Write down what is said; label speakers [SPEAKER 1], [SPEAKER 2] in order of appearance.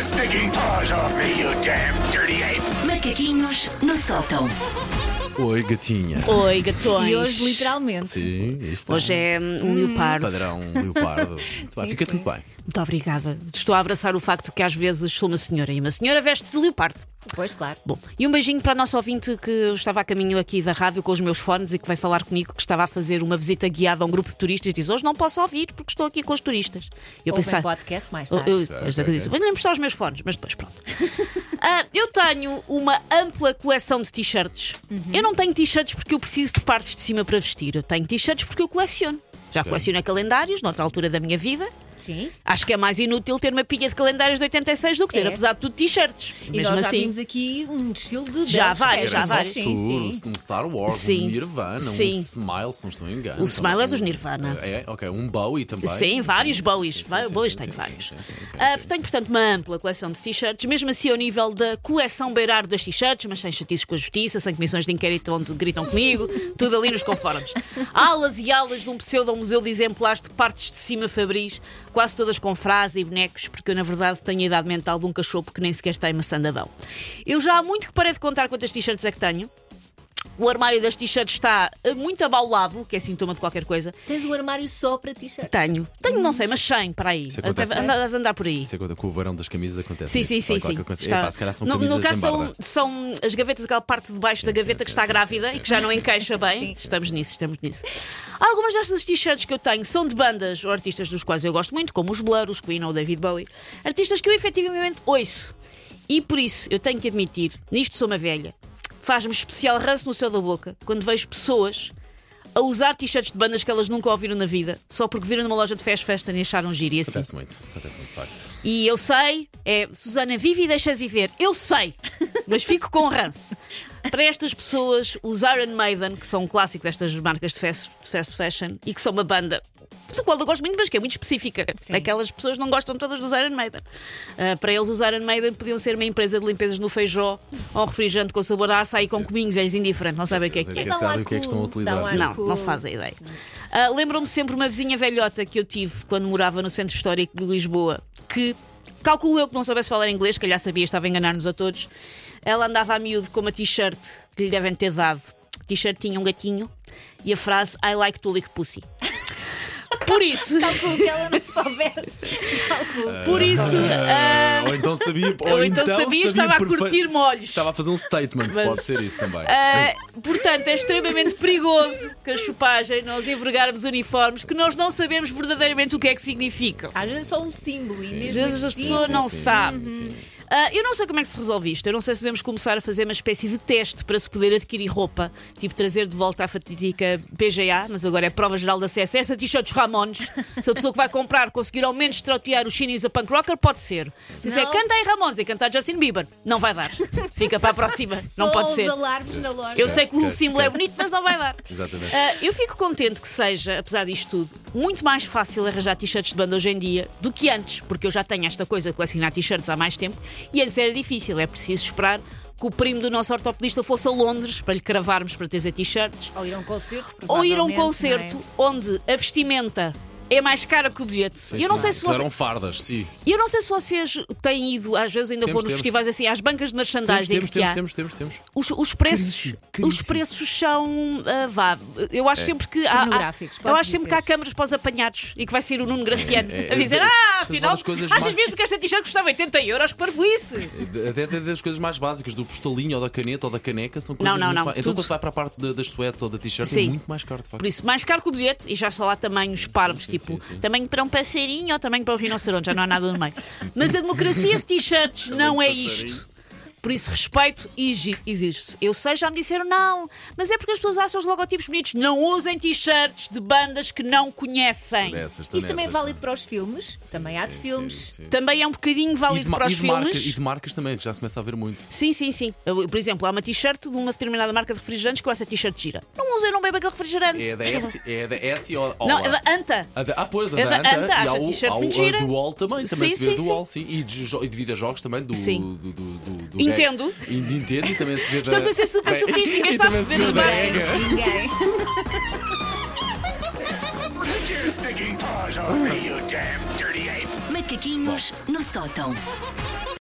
[SPEAKER 1] sticking paws off me, you damn dirty ape!
[SPEAKER 2] Macaquinhos no sótão.
[SPEAKER 3] Oi, gatinha.
[SPEAKER 4] Oi, gatões.
[SPEAKER 5] E hoje, literalmente.
[SPEAKER 3] Sim, aí está.
[SPEAKER 4] Hoje é hum, um leopardo.
[SPEAKER 3] Padrão, leopardo. Muito bem,
[SPEAKER 5] Sim,
[SPEAKER 3] Fica-te
[SPEAKER 5] sim.
[SPEAKER 3] muito bem.
[SPEAKER 4] Muito obrigada. Estou a abraçar o facto que às vezes sou uma senhora e uma senhora veste de leopardo.
[SPEAKER 5] Pois, claro.
[SPEAKER 4] Bom, e um beijinho para a nossa ouvinte que eu estava a caminho aqui da rádio com os meus fones e que veio falar comigo que estava a fazer uma visita guiada a um grupo de turistas e diz: Hoje não posso ouvir porque estou aqui com os turistas. E eu
[SPEAKER 5] Ouvem
[SPEAKER 4] pensei.
[SPEAKER 5] podcast mais
[SPEAKER 4] Eu,
[SPEAKER 5] tarde.
[SPEAKER 4] eu, depois é que eu disse, Vou-lhe mostrar os meus fones, mas depois pronto. Ah, eu tenho uma ampla coleção de t-shirts.
[SPEAKER 5] Uhum.
[SPEAKER 4] Eu não tenho t-shirts porque eu preciso de partes de cima para vestir. Eu tenho t-shirts porque eu coleciono. Já colecionei calendários, noutra altura da minha vida.
[SPEAKER 5] Sim.
[SPEAKER 4] Acho que é mais inútil ter uma pilha de calendários de 86 do que ter,
[SPEAKER 5] É.
[SPEAKER 4] apesar de tudo, t-shirts.
[SPEAKER 5] E
[SPEAKER 4] Mesmo
[SPEAKER 5] nós já
[SPEAKER 4] assim.
[SPEAKER 5] vimos aqui um desfile de
[SPEAKER 4] Já
[SPEAKER 5] belos
[SPEAKER 4] vários, É, já
[SPEAKER 5] peças.
[SPEAKER 4] vários.
[SPEAKER 5] Sim, sim.
[SPEAKER 3] Um Star Wars,
[SPEAKER 4] Sim.
[SPEAKER 3] um Nirvana,
[SPEAKER 4] Sim.
[SPEAKER 3] um Smile, se não estou engano.
[SPEAKER 4] O Smile é dos Nirvana.
[SPEAKER 3] É, ok. Um Bowie também.
[SPEAKER 4] Sim, vários Bowies.
[SPEAKER 3] sim,
[SPEAKER 4] Vários
[SPEAKER 3] sim,
[SPEAKER 4] Bowies
[SPEAKER 3] sim,
[SPEAKER 4] tenho
[SPEAKER 3] sim,
[SPEAKER 4] vários.
[SPEAKER 3] sim, sim, sim, sim,
[SPEAKER 4] Ah,
[SPEAKER 3] sim.
[SPEAKER 4] Tenho, portanto, uma ampla coleção de t-shirts, mesmo assim ao nível da coleção beirar das t-shirts, mas sem chatices com a justiça, sem comissões de inquérito onde gritam comigo, tudo ali nos conformes. Alas e alas de um pseudo-museu de exemplares de partes de cima fabris, quase todas com frase e bonecos, porque eu, na verdade, tenho a idade mental de um cachorro que nem sequer está em maçandadão. Eu já há muito que parei de contar quantas t-shirts é que tenho. O armário das t-shirts está ah, muito abaulado, que é sintoma de qualquer coisa.
[SPEAKER 5] Tens um armário só para t-shirts?
[SPEAKER 4] Tenho. Tenho, não sei, mas 100 para aí.
[SPEAKER 3] Isso
[SPEAKER 4] Até
[SPEAKER 3] acontece.
[SPEAKER 4] andar, andar por aí.
[SPEAKER 3] Isso é quando com o verão das camisas acontece.
[SPEAKER 4] Sim,
[SPEAKER 3] isso.
[SPEAKER 4] sim, sim.
[SPEAKER 3] Claro,
[SPEAKER 4] sim.
[SPEAKER 3] claro que acontece.
[SPEAKER 4] Está-
[SPEAKER 3] Epá, se calhar são
[SPEAKER 4] no,
[SPEAKER 3] camisas
[SPEAKER 4] no caso,
[SPEAKER 3] de
[SPEAKER 4] são,
[SPEAKER 3] barda.
[SPEAKER 4] são as gavetas, aquela parte de baixo da
[SPEAKER 3] Sim,
[SPEAKER 4] gaveta
[SPEAKER 3] sim,
[SPEAKER 4] que
[SPEAKER 3] sim,
[SPEAKER 4] está
[SPEAKER 3] sim,
[SPEAKER 4] grávida
[SPEAKER 3] sim, sim,
[SPEAKER 4] e que já não
[SPEAKER 3] sim,
[SPEAKER 4] encaixa bem.
[SPEAKER 5] sim, sim,
[SPEAKER 4] estamos nisso, estamos nisso. Algumas destas t-shirts que eu tenho são de bandas ou artistas dos quais eu gosto muito, como os Blur, os Queen ou o David Bowie. Artistas que eu efetivamente ouço. E por isso, eu tenho que admitir, nisto sou uma velha, faz-me especial ranço no céu da boca quando vejo pessoas a usar t-shirts de bandas que elas nunca ouviram na vida, só porque viram numa loja de fast festa e acharam giro e assim.
[SPEAKER 3] Acontece muito. Acontece muito, de facto.
[SPEAKER 4] E eu sei, é Susana vive e deixa de viver. Eu sei, mas fico com ranço. Para estas pessoas, os Iron Maiden, que são um clássico destas marcas de fast, de fast fashion e que são uma banda do qual eu gosto muito, mas que é muito específica.
[SPEAKER 5] Sim.
[SPEAKER 4] Aquelas pessoas não gostam todas dos Iron Maiden. Ah, para eles, os Iron Maiden podiam ser uma empresa de limpezas no feijó ou um refrigerante com sabor a açaí com cominhos. É-lhes indiferente, não sabem o que é que é.
[SPEAKER 3] Eles
[SPEAKER 5] dá um
[SPEAKER 3] sabem
[SPEAKER 5] ar
[SPEAKER 3] o que é que estão a
[SPEAKER 5] cool,
[SPEAKER 3] utilizar.
[SPEAKER 5] dá um ar
[SPEAKER 3] sim.
[SPEAKER 4] Não,
[SPEAKER 5] Cool.
[SPEAKER 4] não fazem ideia. Ah, Lembro-me sempre uma vizinha velhota que eu tive quando morava no centro histórico de Lisboa, que calculo eu que não soubesse falar inglês, calhar sabia, estava a enganar-nos a todos. Ela andava a miúdo com uma t-shirt que lhe devem ter dado. A t-shirt tinha um gatinho e a frase I like to lick pussy. Por isso,
[SPEAKER 5] Calculo que ela não soubesse. Calculo.
[SPEAKER 4] por isso. ah,
[SPEAKER 3] Ou então sabia,
[SPEAKER 4] Ou então sabia, estava a
[SPEAKER 3] perfe-
[SPEAKER 4] curtir molhos.
[SPEAKER 3] Estava a fazer um statement,
[SPEAKER 4] Mas-
[SPEAKER 3] pode ser isso também.
[SPEAKER 4] Ah, portanto, é extremamente perigoso que a chupagem, nós envergarmos uniformes que nós não sabemos verdadeiramente o que é que significam.
[SPEAKER 5] Às vezes é só um símbolo e
[SPEAKER 4] Às
[SPEAKER 5] mesmo
[SPEAKER 4] vezes as
[SPEAKER 5] assim-
[SPEAKER 4] pessoas não
[SPEAKER 3] sim,
[SPEAKER 4] sabem.
[SPEAKER 3] sim.
[SPEAKER 4] Ah, eu não sei como é que se resolve isto. Eu não sei se devemos começar a fazer uma espécie de teste para se poder adquirir roupa, tipo trazer de volta a fatídica PGA, mas agora é prova geral da CSS, a t-shirts Ramones. Se a pessoa que vai comprar conseguir ao menos trautear os chineses a punk rocker, pode ser. Se disser
[SPEAKER 5] Não.
[SPEAKER 4] canta aí Ramones e cantar Justin Bieber, não vai dar. Fica para a próxima, não
[SPEAKER 5] Só
[SPEAKER 4] pode
[SPEAKER 5] os
[SPEAKER 4] ser.
[SPEAKER 5] alarmes na loja.
[SPEAKER 4] Eu sei que o
[SPEAKER 3] Ok,
[SPEAKER 4] símbolo
[SPEAKER 3] ok.
[SPEAKER 4] é bonito, mas não vai dar.
[SPEAKER 3] Exatamente.
[SPEAKER 4] Ah, eu fico contente que seja, apesar disto tudo, muito mais fácil arranjar t-shirts de banda hoje em dia do que antes, porque eu já tenho esta coisa de colecionar t-shirts há mais tempo e antes era difícil, é preciso esperar que o primo do nosso ortopedista fosse a Londres para lhe cravarmos para ter t-shirts
[SPEAKER 5] Ou ir a um concerto,
[SPEAKER 4] ou ir a um
[SPEAKER 5] provavelmente, não é?
[SPEAKER 4] concerto onde a vestimenta é mais cara que o bilhete.
[SPEAKER 3] Pois
[SPEAKER 4] eu não sei se
[SPEAKER 3] Claro,
[SPEAKER 4] você-
[SPEAKER 3] eram um fardas, sim.
[SPEAKER 4] eu não sei se vocês têm ido, às vezes ainda
[SPEAKER 3] Temos,
[SPEAKER 4] vou nos
[SPEAKER 3] temos.
[SPEAKER 4] festivais assim, às bancas de
[SPEAKER 3] Temos,
[SPEAKER 4] merchandising
[SPEAKER 3] temos,
[SPEAKER 4] que há
[SPEAKER 3] temos, temos, temos, temos.
[SPEAKER 4] os, os preços
[SPEAKER 3] Caríssimo, caríssimo.
[SPEAKER 4] os preços são ah, vá eu acho sempre que há, há
[SPEAKER 5] É. Pornográficos,
[SPEAKER 4] eu
[SPEAKER 5] podes
[SPEAKER 4] acho sempre que há
[SPEAKER 5] dizer.
[SPEAKER 4] câmaras para os apanhados e que vai ser o Nuno Graciano
[SPEAKER 3] É, é,
[SPEAKER 4] a dizer
[SPEAKER 3] é,
[SPEAKER 4] ah
[SPEAKER 3] estamos a
[SPEAKER 4] afinal
[SPEAKER 3] falar de coisas
[SPEAKER 4] achas
[SPEAKER 3] mais-
[SPEAKER 4] mesmo que esta t-shirt custava 80 euros que parvoíce
[SPEAKER 3] Até, até das coisas mais básicas, do postalinho ou da caneta ou da caneca, são coisas
[SPEAKER 4] Não, não,
[SPEAKER 3] muito
[SPEAKER 4] não,
[SPEAKER 3] mais- Então
[SPEAKER 4] tudo.
[SPEAKER 3] quando se vai para a parte da- das sweats ou da t-shirt, é
[SPEAKER 4] Sim.
[SPEAKER 3] muito mais caro, de facto.
[SPEAKER 4] por isso mais caro que o bilhete e já só há tamanhos parvos
[SPEAKER 3] sim,
[SPEAKER 4] tipo
[SPEAKER 3] sim, sim.
[SPEAKER 4] tamanho para um passarinho ou tamanho para um rinoceronte já não há nada no meio mas a democracia de t-shirts não é isto por isso, respeito e exi- exige-se. Eu sei, já me disseram não, mas é porque as pessoas acham os logotipos bonitos. Não usem t-shirts de bandas que não conhecem.
[SPEAKER 3] Dessas,
[SPEAKER 5] Isto também é
[SPEAKER 3] nessas,
[SPEAKER 5] válido para os filmes. Também há de
[SPEAKER 3] sim,
[SPEAKER 5] filmes.
[SPEAKER 3] sim, sim, sim.
[SPEAKER 4] Também é um bocadinho
[SPEAKER 3] E
[SPEAKER 4] válido
[SPEAKER 3] de, ma-
[SPEAKER 4] para os
[SPEAKER 3] e, de marca-
[SPEAKER 4] filmes.
[SPEAKER 3] e de marcas também, que já se começa a ver muito.
[SPEAKER 4] Sim, sim, sim. Eu, por exemplo, há uma t-shirt de uma determinada marca de refrigerantes com essa t-shirt gira. Não usa, eu não bebo aquele refrigerante.
[SPEAKER 3] É da S, é da S ou ou
[SPEAKER 4] Não,
[SPEAKER 3] lá.
[SPEAKER 4] é da Anta.
[SPEAKER 3] A da- ah, pois, a
[SPEAKER 4] É
[SPEAKER 3] da
[SPEAKER 4] da
[SPEAKER 3] Anta,
[SPEAKER 4] Anta,
[SPEAKER 3] e
[SPEAKER 4] acho
[SPEAKER 3] há
[SPEAKER 4] a t-shirt
[SPEAKER 3] o, há o-
[SPEAKER 4] muito gira.
[SPEAKER 3] a do Wall também, também
[SPEAKER 4] Sim,
[SPEAKER 3] se vê
[SPEAKER 4] sim,
[SPEAKER 3] do
[SPEAKER 4] sim.
[SPEAKER 3] Wall, sim. E de, jo- e de videojogos também, do,
[SPEAKER 4] Sim.
[SPEAKER 3] do, do, do, do
[SPEAKER 4] Nintendo.
[SPEAKER 3] E de Nintendo e também se vê da-
[SPEAKER 4] Estamos a ser super
[SPEAKER 3] É,
[SPEAKER 4] sofisticados,
[SPEAKER 3] e
[SPEAKER 4] está a
[SPEAKER 3] também se vê
[SPEAKER 4] perceber as
[SPEAKER 3] da
[SPEAKER 4] marcas.
[SPEAKER 3] Ega.
[SPEAKER 5] Ninguém.
[SPEAKER 1] Take your sticking paws off me, you damn dirty ape!
[SPEAKER 2] Macaquinhos no sótão.